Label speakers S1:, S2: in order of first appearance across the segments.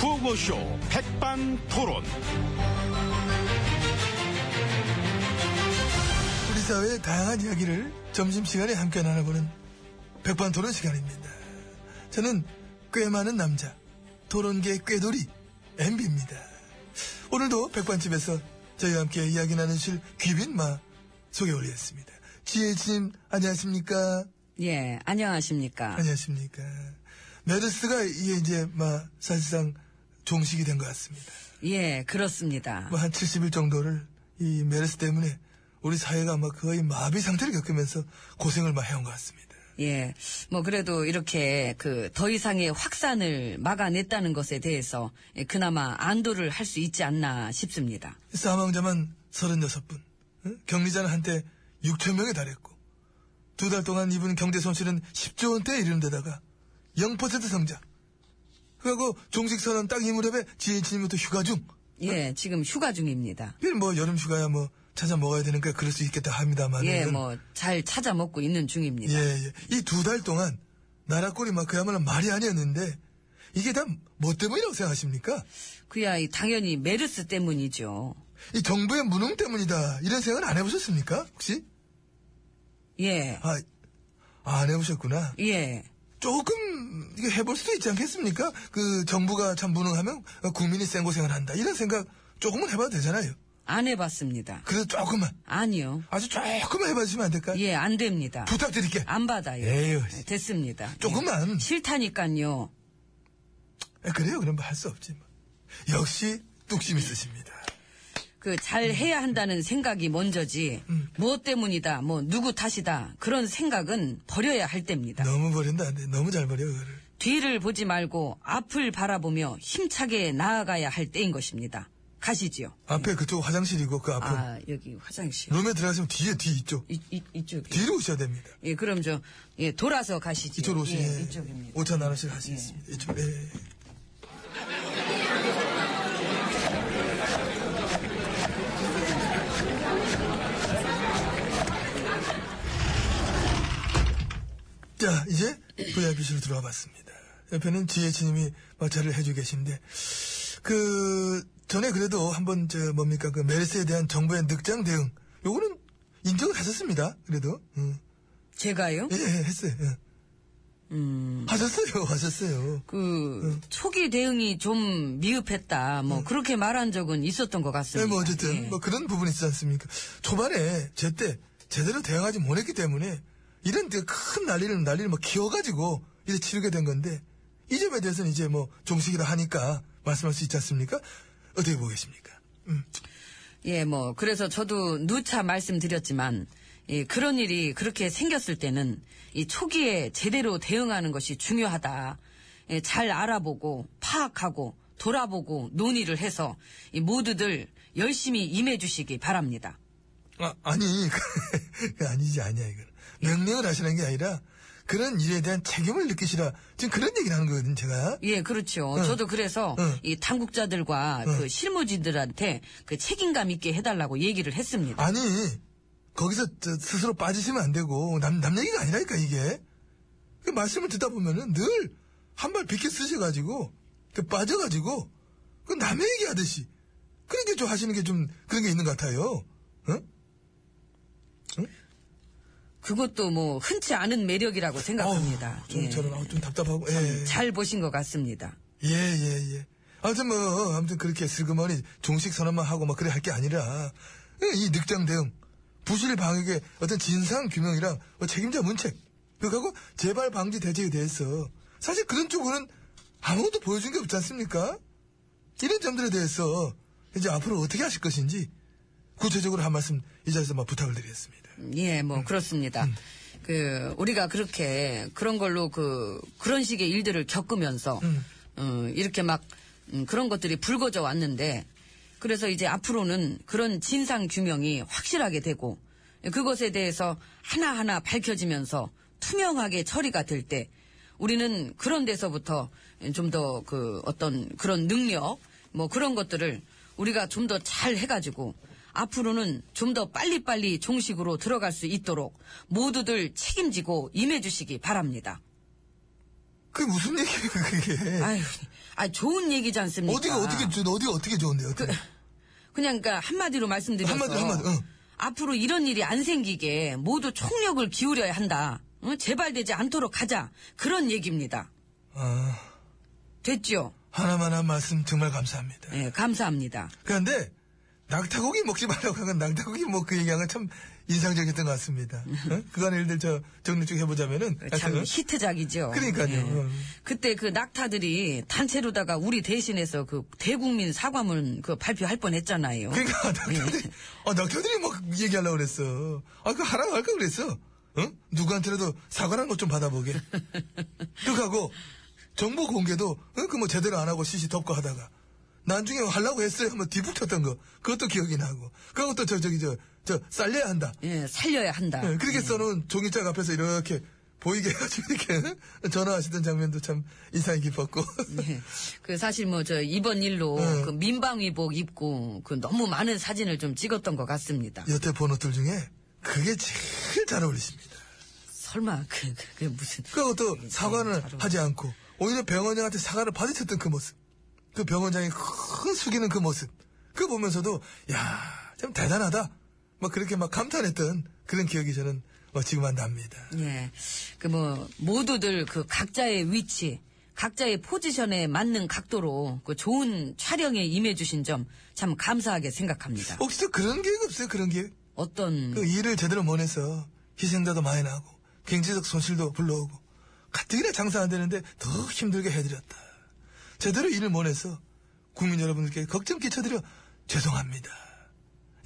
S1: 라디오쇼 백반토론.
S2: 우리 사회의 다양한 이야기를 점심시간에 함께 나눠보는 백반토론 시간입니다. 저는 꽤 많은 남자, 토론계 꾀돌이 MB입니다. 오늘도 백반집에서 저희와 함께 이야기 나누실 귀빈마 소개 올리겠습니다. 지혜진 안녕하십니까?
S3: 예, 안녕하십니까.
S2: 안녕하십니까? 메르스가 이게 이제 막 사실상 종식이 된 것 같습니다.
S3: 예, 그렇습니다.
S2: 뭐 한 70일 정도를 이 메르스 때문에 우리 사회가 아마 거의 마비 상태를 겪으면서 고생을 막 해온 것 같습니다.
S3: 예, 뭐 그래도 이렇게 그 더 이상의 확산을 막아냈다는 것에 대해서 예, 그나마 안도를 할 수 있지 않나 싶습니다.
S2: 사망자만 36분, 응? 격리자는 한때 6천 명에 달했고 두 달 동안 입은 경제 손실은 10조 원대에 이르는 데다가 0% 성장. 그리고 종식 선언 딱 이 무렵에 지혜진님부터 휴가 중.
S3: 예, 지금 휴가 중입니다.
S2: 이뭐 여름 휴가야 뭐 찾아 먹어야 되니까 그럴 수 있겠다 합니다만.
S3: 예, 뭐 잘 찾아 먹고 있는 중입니다.
S2: 예, 예. 이 두 달 동안 나라 꼴이 막 그야말로 말이 아니었는데 이게 다 뭐 때문이라고 생각하십니까?
S3: 그야 이 당연히 메르스 때문이죠.
S2: 이 정부의 무능 때문이다 이런 생각은 안 해보셨습니까? 혹시?
S3: 예,
S2: 아, 아, 안 해보셨구나.
S3: 예,
S2: 조금 이게 해볼 수도 있지 않겠습니까? 그 정부가 참 무능하면 국민이 센 고생을 한다 이런 생각 조금은 해봐도 되잖아요.
S3: 안 해봤습니다.
S2: 그래도 조금만
S3: 아니요.
S2: 아주 조금만 해봐주시면 안 될까?
S3: 예, 안 됩니다.
S2: 부탁드릴게.
S3: 안 받아요.
S2: 에휴.
S3: 예, 됐습니다. 예,
S2: 조금만.
S3: 싫다니까요.
S2: 아, 그래요. 그럼 뭐 할 수 없지. 뭐. 역시 뚝심 있으십니다.
S3: 그 잘
S2: 음.
S3: 해야 한다는 생각이 먼저지 뭐 때문이다 뭐 누구 탓이다 그런 생각은 버려야 할 때입니다
S2: 너무 버린다. 안 돼. 너무 잘 버려 그거를.
S3: 뒤를 보지 말고 앞을 바라보며 힘차게 나아가야 할 때인 것입니다 가시지요
S2: 앞에 그쪽 화장실이고 그 앞으로
S3: 아 여기 화장실
S2: 룸에 들어가시면 뒤에 뒤 이쪽
S3: 이, 이, 이쪽이
S2: 뒤로 오셔야 됩니다.
S3: 예 그럼 저 예, 돌아서 가시지요
S2: 이쪽으로 오시면
S3: 예, 이쪽입니다 예.
S2: 오차 나눠씩 하시겠습니다. 이쪽 네. 자 이제 VIP실로 들어와 봤습니다. 옆에는 지혜진님이 마찰을 해주고 계신데 그 전에 그래도 한번 저 뭡니까 그 메르스에 대한 정부의 늑장 대응 요거는 인정을 하셨습니다. 그래도 음.
S3: 제가요
S2: 예, 예, 했어요. 예.
S3: 음.
S2: 하셨어요, 하셨어요.
S3: 그
S2: 네.
S3: 초기 대응이 좀 미흡했다 뭐 그렇게 말한 적은 있었던 것
S2: 네,
S3: 같습니다
S2: 뭐 어쨌든
S3: 예.
S2: 뭐 그런 부분이 있지 않습니까? 초반에 제때 제대로 대응하지 못했기 때문에 이런 되게 큰 난리를 난리를 막 키워가지고 이제 치르게 된 건데 이 점에 대해서는 이제 뭐 종식이라 하니까 말씀할 수 있지 않습니까? 어떻게 보고 계십니까?
S3: 예, 뭐, 그래서 저도 누차 말씀드렸지만, 예, 그런 일이 그렇게 생겼을 때는, 이 초기에 제대로 대응하는 것이 중요하다. 예, 잘 알아보고, 파악하고, 돌아보고, 논의를 해서, 이 모두들 열심히 임해주시기 바랍니다.
S2: 아, 아니, 그 아니지, 아니야, 이건. 명령을 하시는 게 아니라 그런 일에 대한 책임을 느끼시라. 지금 그런 얘기를 하는 거거든요, 제가.
S3: 예, 그렇죠.
S2: 응.
S3: 저도 그래서,
S2: 응.
S3: 이 당국자들과 그 실무진들한테 그 책임감 있게 해달라고 얘기를 했습니다.
S2: 아니, 거기서 저 스스로 빠지시면 안 되고, 남, 남 얘기가 아니라니까, 이게. 그 말씀을 듣다 보면은 늘 한 발 비켜 쓰셔가지고, 그 빠져가지고, 그 남의 얘기 하듯이. 그런 게 좀 하시는 게 좀, 그런 게 있는 것 같아요. 응?
S3: 그것도 뭐, 흔치 않은 매력이라고 생각합니다.
S2: 어우, 좀
S3: 예.
S2: 저는 아우, 좀 답답하고, 예.
S3: 잘 보신 것 같습니다.
S2: 예, 예, 예. 아무튼 뭐, 아무튼 그렇게 슬그머니 종식 선언만 하고 막 그래 할 게 아니라, 예, 이 늑장 대응, 부실 방역의 어떤 진상 규명이랑 어, 책임자 문책, 그리고 재발 방지 대책에 대해서, 사실 그런 쪽으로는 아무것도 보여준 게 없지 않습니까? 이런 점들에 대해서, 이제 앞으로 어떻게 하실 것인지, 구체적으로 한 말씀 이 자리에서 막 부탁을 드리겠습니다.
S3: 예, 뭐 그렇습니다. 그 우리가 그렇게 그런 걸로 그 그런 식의 일들을 겪으면서 어, 이렇게 막 음, 그런 것들이 불거져 왔는데 그래서 이제 앞으로는 그런 진상 규명이 확실하게 되고 그것에 대해서 하나하나 밝혀지면서 투명하게 처리가 될 때 우리는 그런 데서부터 좀 더 그 어떤 그런 능력 뭐 그런 것들을 우리가 좀 더 잘 해가지고 앞으로는 좀 더 빨리빨리 종식으로 들어갈 수 있도록 모두들 책임지고 임해주시기 바랍니다.
S2: 그게 무슨 얘기예요, 그게.
S3: 아유, 아 좋은 얘기지 않습니까?
S2: 네. 어디가 어떻게 좋- 어디가 어떻게 좋은데요?
S3: 그, 그냥 그니까 한마디로 말씀드려서
S2: 한마디로, 한마디로, 어. 응.
S3: 앞으로 이런 일이 안 생기게 모두 총력을 기울여야 한다. 응? 재발되지 않도록 하자. 그런 얘기입니다.
S2: 아,
S3: 됐죠?
S2: 하나만 한 말씀 정말 감사합니다.
S3: 예, 감사합니다.
S2: 그런데 낙타고기 먹지 말라고 한 건 낙타고기 뭐 그 얘기한 건 참 인상적이었던 것 같습니다. 어? 그간 일들 저 정리 쭉 해보자면은
S3: 참
S2: 하여튼
S3: 히트작이죠. 네.
S2: 그러니까요. 음.
S3: 그때 그 낙타들이 단체로다가 우리 대신해서 그 대국민 사과문 그 발표할 뻔 했잖아요.
S2: 그러니까 낙타들이 아, 낙타들이 막 얘기하려고 그랬어. 아 그 하라고 할까 그랬어. 어? 누구한테라도 사과란 것 좀 받아보게. 그하고 정보 공개도 그 뭐 제대로 안 하고 시시 덮고 하다가 나중에 하려고 했어요. 한번 뒤북쳤던 거 그것도 기억이 나고 그것도 저 저기 저저 쌀려야 한다.
S3: 예, 살려야 한다.
S2: 네, 그렇게 써놓은 종이짝 앞에서 이렇게 보이게 해가지고 이렇게 전화하시던 장면도 참 인상이 깊었고.
S3: 예. 그 사실 뭐 저 이번 일로
S2: 네.
S3: 그 민방위복 입고 그 너무 많은 사진을 좀 찍었던 것 같습니다.
S2: 여태 본 옷들 중에 그게 제일 잘 어울리십니다.
S3: 설마 그 그게 무슨
S2: 그리고 또 사과는
S3: 음, 잘 어울려.
S2: 하지 않고 오히려 병원장한테 사과를 받으셨던 그 모습. 그 병원장이 큰 숙이는 그 모습. 그 보면서도 야 참 대단하다. 막 그렇게 막 감탄했던 그런 기억이 저는 뭐 지금만 납니다.
S3: 예. 그 뭐 모두들 그 각자의 위치, 각자의 포지션에 맞는 각도로 그 좋은 촬영에 임해 주신 점 참 감사하게 생각합니다.
S2: 혹시 또 그런 기획 없어요? 그런 기획?
S3: 어떤
S2: 어, 그 일을 제대로 못 해서 희생자도 많이 나고 경제적 손실도 불러오고 가뜩이나 장사 안 되는데 더 힘들게 해드렸다. 제대로 일을 못 해서 국민 여러분들께 걱정 끼쳐드려 죄송합니다.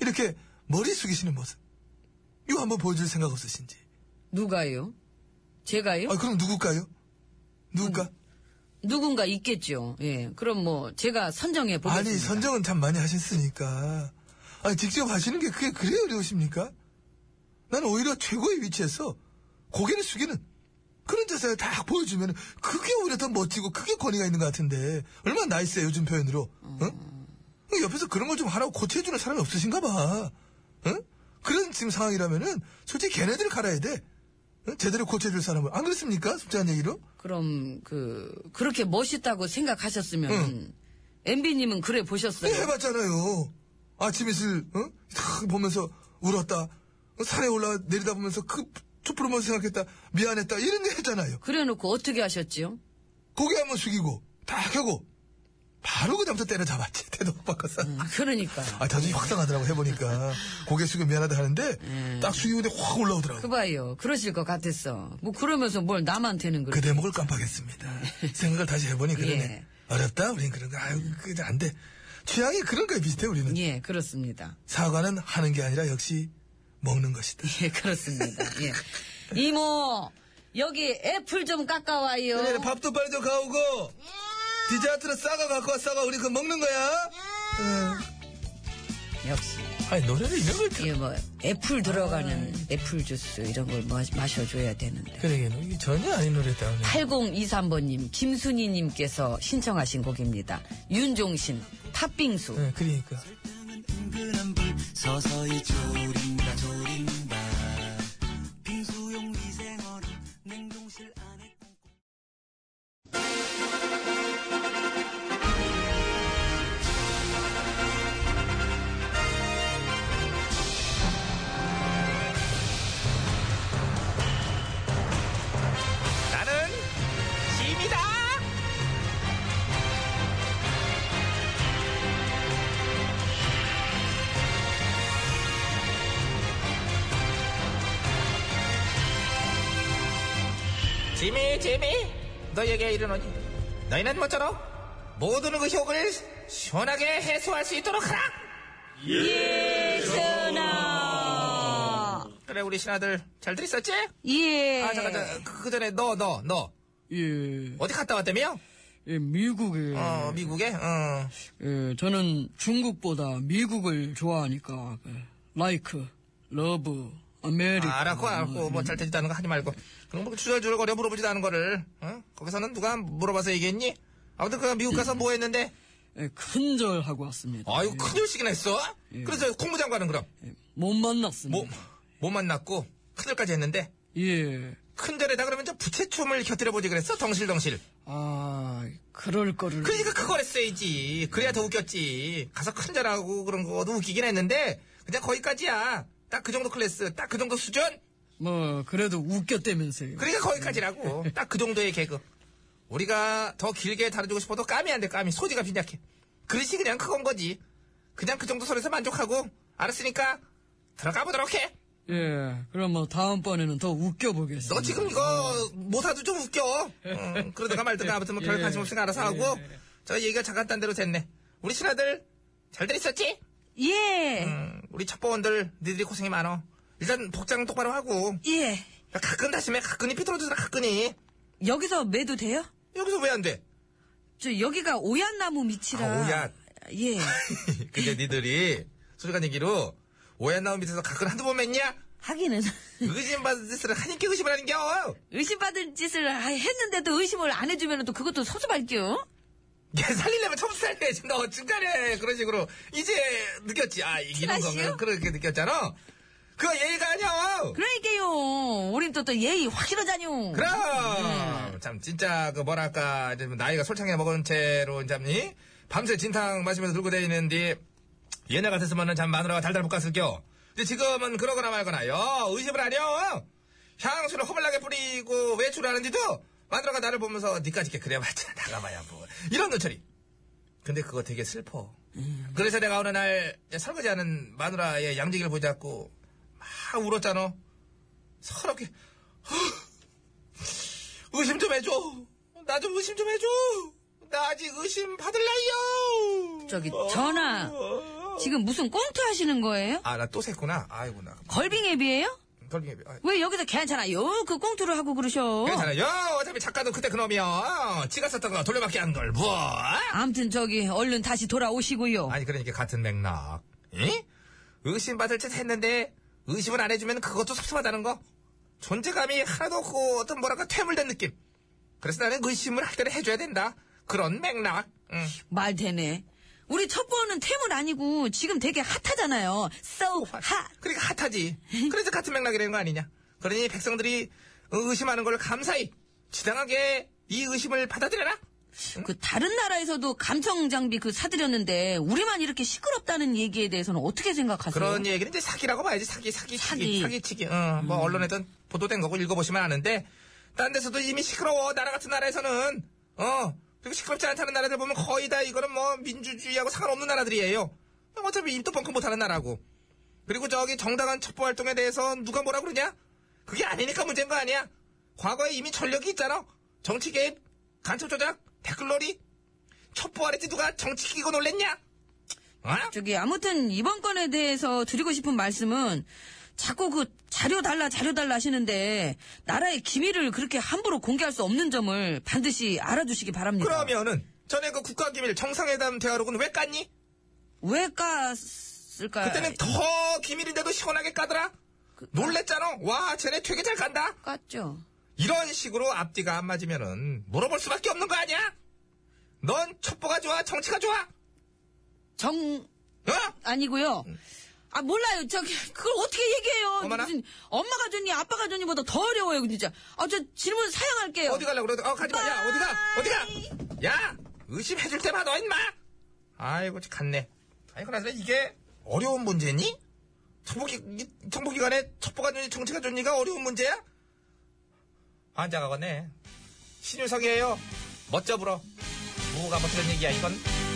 S2: 이렇게 머리 숙이시는 모습 이거 한번 보여줄 생각 없으신지.
S3: 누가요? 제가요?
S2: 아 그럼 누굴까요? 누굴까?
S3: 누군가 있겠죠. 예. 그럼 뭐 제가 선정해 보겠습니다.
S2: 아니 선정은 참 많이 하셨으니까 아니 직접 하시는 게 그게 그래 어려우십니까? 나는 오히려 최고의 위치에서 고개를 숙이는 그런 자세를 딱 보여주면 그게 오히려 더 멋지고 그게 권위가 있는 것 같은데 얼마나 나이스해 요즘 표현으로 응? 옆에서 그런 걸 좀 하라고 고쳐주는 사람이 없으신가 봐 응? 그런 지금 상황이라면은 솔직히 걔네들 갈아야 돼 응? 제대로 고쳐줄 사람을 안 그렇습니까? 솔직한 얘기로
S3: 그럼 그 그렇게 멋있다고 생각하셨으면 MB 님은 그래 보셨어요?
S2: 네, 해봤잖아요. 아침 이슬, 어? 탁 보면서 울었다. 어, 산에 올라 내리다 보면서 그 촛불만 생각했다. 미안했다. 이런 얘기 했잖아요.
S3: 그래 놓고 어떻게 하셨지요?
S2: 고개 한번 숙이고, 딱 하고, 바로 그 다음부터 때려잡았지. 태도 못 바꿨어.
S3: 아, 그러니까.
S2: 아, 자주 확상하더라고, 해보니까. 고개 숙여 미안하다 하는데, 딱 숙이는데 확 올라오더라고.
S3: 음. 그 봐요. 그러실 것 같았어. 뭐 그러면서 뭘 남한테는 그래.
S2: 그 대목을 깜빡했습니다.
S3: 음.
S2: 생각을 다시 해보니
S3: 예.
S2: 그러네. 어렵다, 우린 그런 거. 아유, 그게 안 돼. 취향이 그런 거에 비슷해, 우리는.
S3: 예, 그렇습니다.
S2: 사과는 하는 게 아니라 역시 먹는 것이다.
S3: 예, 그렇습니다. 예. 이모, 여기 애플 좀 깎아와요.
S2: 그래, 밥도 빨리 좀 가오고 디저트로 싸가 갖고 와 싸가 우리 그 먹는 거야
S3: 역시.
S2: 아니 노래를 이런 걸
S3: 이게 뭐, 애플 들어가는 애플 주스 이런 걸 마, 마셔줘야 되는데.
S2: 그러게 이게 전혀 아닌 노래다
S3: 8023번님, 김순희님께서 신청하신 곡입니다. 윤종신, 팥빙수.
S2: 네, 그러니까
S4: 서서히 졸인다 졸인다 빙수용 미생얼음 냉동실 안에
S1: 나는 짐이다. 짐이 짐이 너에게 이르노니 너희는 모쪼록 모든 의혹을 시원하게 해소할 수 있도록 하라. 네,
S3: 전하!
S1: 그래 우리 신하들 잘 들었었지?
S3: 예.
S1: 아 잠깐 잠깐 그, 그 전에 너 너, 너.
S3: 예.
S1: 어디 갔다 왔다며?
S3: 미국에.
S1: 어, 미국에? 어.
S5: 예, 저는 중국보다 미국을 좋아하니까 그, 라이크, 러브, 아메리카
S1: 아, 알았고, 알았고. 뭐, 잘 되지도 거 하지 말고. 그런 거 주절주절거려 물어보지도 않은 거를. 어? 거기서는 누가 물어봐서 얘기했니? 아무튼, 그, 미국 가서 뭐 했는데?
S5: 예, 큰절하고 왔습니다.
S1: 아이고, 큰일씩이나 했어? 그래서 국무장관은 그럼?
S5: 못 만났습니다.
S1: 뭐, 못 만났고, 큰일까지 했는데?
S5: 예,
S1: 큰절에다 그러면 저 부채춤을 곁들여보지 그랬어? 덩실덩실.
S5: 아, 그럴 거를.
S1: 그러니까 그걸 했어야지. 그래야 더 웃겼지. 가서 큰절하고 그런 거도 웃기긴 했는데, 그냥 거기까지야. 딱 그 정도 클래스, 딱 그 정도 수준?
S5: 뭐, 그래도 웃겼다면서요.
S1: 그러니까 거기까지라고. 딱 그 정도의 개그. 우리가 더 길게 다뤄주고 싶어도 까미 안 돼, 까미. 소지가 빈약해. 그릇이 그냥 그건 거지. 그냥 그 정도 선에서 만족하고, 알았으니까, 들어가 보도록 해.
S5: 예, 그럼 뭐, 다음번에는 더 웃겨보겠습니다.
S1: 너 지금 이거 모사도 좀 웃겨. 응, 그러다가 말든가 아무튼 뭐 별
S5: 예.
S1: 관심 없으니까 알아서 하고. 저 얘기가 잠깐 딴 데로 됐네. 우리 신하들 잘들 있었지?
S3: 예,
S1: 음, 우리 첩보원들 니들이 고생이 많어. 일단 복장 똑바로 하고.
S3: 예.
S1: 야, 가끔 다시매 가끔이 삐뚤어지더라 가끔이.
S3: 여기서 매도 돼요?
S1: 여기서 왜 안 돼?
S3: 저 여기가 오얏나무 밑이라.
S1: 아, 오얏.
S3: 예.
S1: 근데 니들이 소리가 얘기로 오해 나온 밑에서 가끔 한두 번 맸냐?
S3: 하기는
S1: 의심받은 짓을 한인께 의심을 하는 겨.
S3: 의심받은 짓을 아- 했는데도 의심을 안 해주면 또 그것도 섭섭할게요.
S1: 얘 살리려면 처음 살려야지. 너 중간에 그런 식으로 이제 느꼈지. 아 이- 이런
S3: 티나시요?
S1: 거면 그렇게 느꼈잖아. 그거 예의가 아니야.
S3: 그러니까요. 우린 또 또 예의 확실하자뇨.
S1: 그럼
S3: 음.
S1: 참 진짜 그 뭐랄까 이제 나이가 솔창해 먹은 채로 잠니 밤새 진탕 마시면서 들고 다니는데 네 옛날 같았으면은 참 마누라가 달달 볶았을겨 근데 지금은 그러거나 말거나요 의심을 하려 향수를 허벌나게 뿌리고 외출하는데도 마누라가 나를 보면서 니까지 게 그래봤자 나가봐야 뭐 이런 눈초리 근데 그거 되게 슬퍼 그래서 내가 어느 날 설거지하는 마누라의 양지기를 보자고 막 울었잖아 서럽게 의심 좀 해줘. 나 좀 의심 좀 해줘. 나 아직 의심 받을 어. 나이요.
S3: 저기 전화 지금 무슨 꽁트 하시는 거예요?
S1: 아, 나 또 샜구나. 아이고, 나.
S3: 걸빙 앱이에요?
S1: 걸빙이. 아,
S3: 왜 여기서 괜찮아요? 그 꽁트를 하고 그러셔.
S1: 괜찮아요. 어차피 작가도 그때 그놈이야. 지가 썼던 거 돌려받기 한 걸. 뭐?
S3: 아무튼 저기 얼른 다시 돌아오시고요.
S1: 아니, 그러니까 같은 맥락. 에? 의심받을 짓 했는데 의심을 안 해주면 그것도 섭섭하다는 거. 존재감이 하나도 없고 어떤 뭐랄까 퇴물된 느낌. 그래서 나는 의심을 할 때는 해줘야 된다. 그런 맥락. 응.
S3: 말 되네. 우리 첫 번은 템은 아니고 지금 되게 핫하잖아요. So hot.
S1: 그러니까 핫하지. 그래서 같은 맥락이라는 거 아니냐. 그러니 백성들이 의심하는 걸 감사히 지당하게 이 의심을 받아들여라.
S3: 그 다른 나라에서도 감성 장비 그 사들였는데 우리만 이렇게 시끄럽다는 얘기에 대해서는 어떻게 생각하세요?
S1: 그런 얘기는 이제 사기라고 봐야지. 사기, 사기, 사기,
S3: 사기. 음.
S1: 사기치기. 어, 뭐 언론에든 보도된 거고 읽어보시면 아는데 딴 데서도 이미 시끄러워. 나라 같은 나라에서는 어 그리고 시끄럽지 않다는 나라들 보면 거의 다 이거는 뭐 민주주의하고 상관없는 나라들이에요. 뭐 어차피 입도 뻥끗 못하는 나라고. 그리고 저기 정당한 첩보 활동에 대해서 누가 뭐라 그러냐? 그게 아니니까 문제인 거 아니야. 과거에 이미 전력이 있잖아. 정치 개입, 간첩 조작, 댓글놀이. 첩보 아래 누가 정치 끼고 놀랬냐? 어?
S3: 저기 아무튼 이번 건에 대해서 드리고 싶은 말씀은 자꾸 그 자료 달라 자료 달라 하시는데 나라의 기밀을 그렇게 함부로 공개할 수 없는 점을 반드시 알아주시기 바랍니다.
S1: 그러면은 전에 그 국가기밀 정상회담 대화록은 왜 깠니?
S3: 왜 깠을까요?
S1: 그때는 더 기밀인데도 시원하게 까더라. 놀랬잖아. 와, 쟤네 되게 잘 간다.
S3: 깠죠.
S1: 이런 식으로 앞뒤가 안 맞으면은 물어볼 수밖에 없는 거 아니야? 넌 첩보가 좋아, 정치가 좋아?
S3: 정
S1: 어?
S3: 아니고요. 아 몰라요. 저기 그걸 어떻게 얘기해요?
S1: 어머나.
S3: 무슨 엄마가 줬니 아빠가 줬니보다 더 어려워요, 진짜. 아 저 질문 사양할게요.
S1: 어디 가려고 그래? 어, 가지 마. 야, 어디 가? 어디 가? 야, 의심해줄 때만 너 임마. 아이고, 저 갔네. 아이고, 나중에 이게 어려운 문제니? 정보기, 이- 정보기관에 첩보가 좋니, 정치가 좋니가 어려운 문제야? 환자가거네. 신유석이에요. 멋져 불어. 뭐가 멋지는 얘기야, 이건?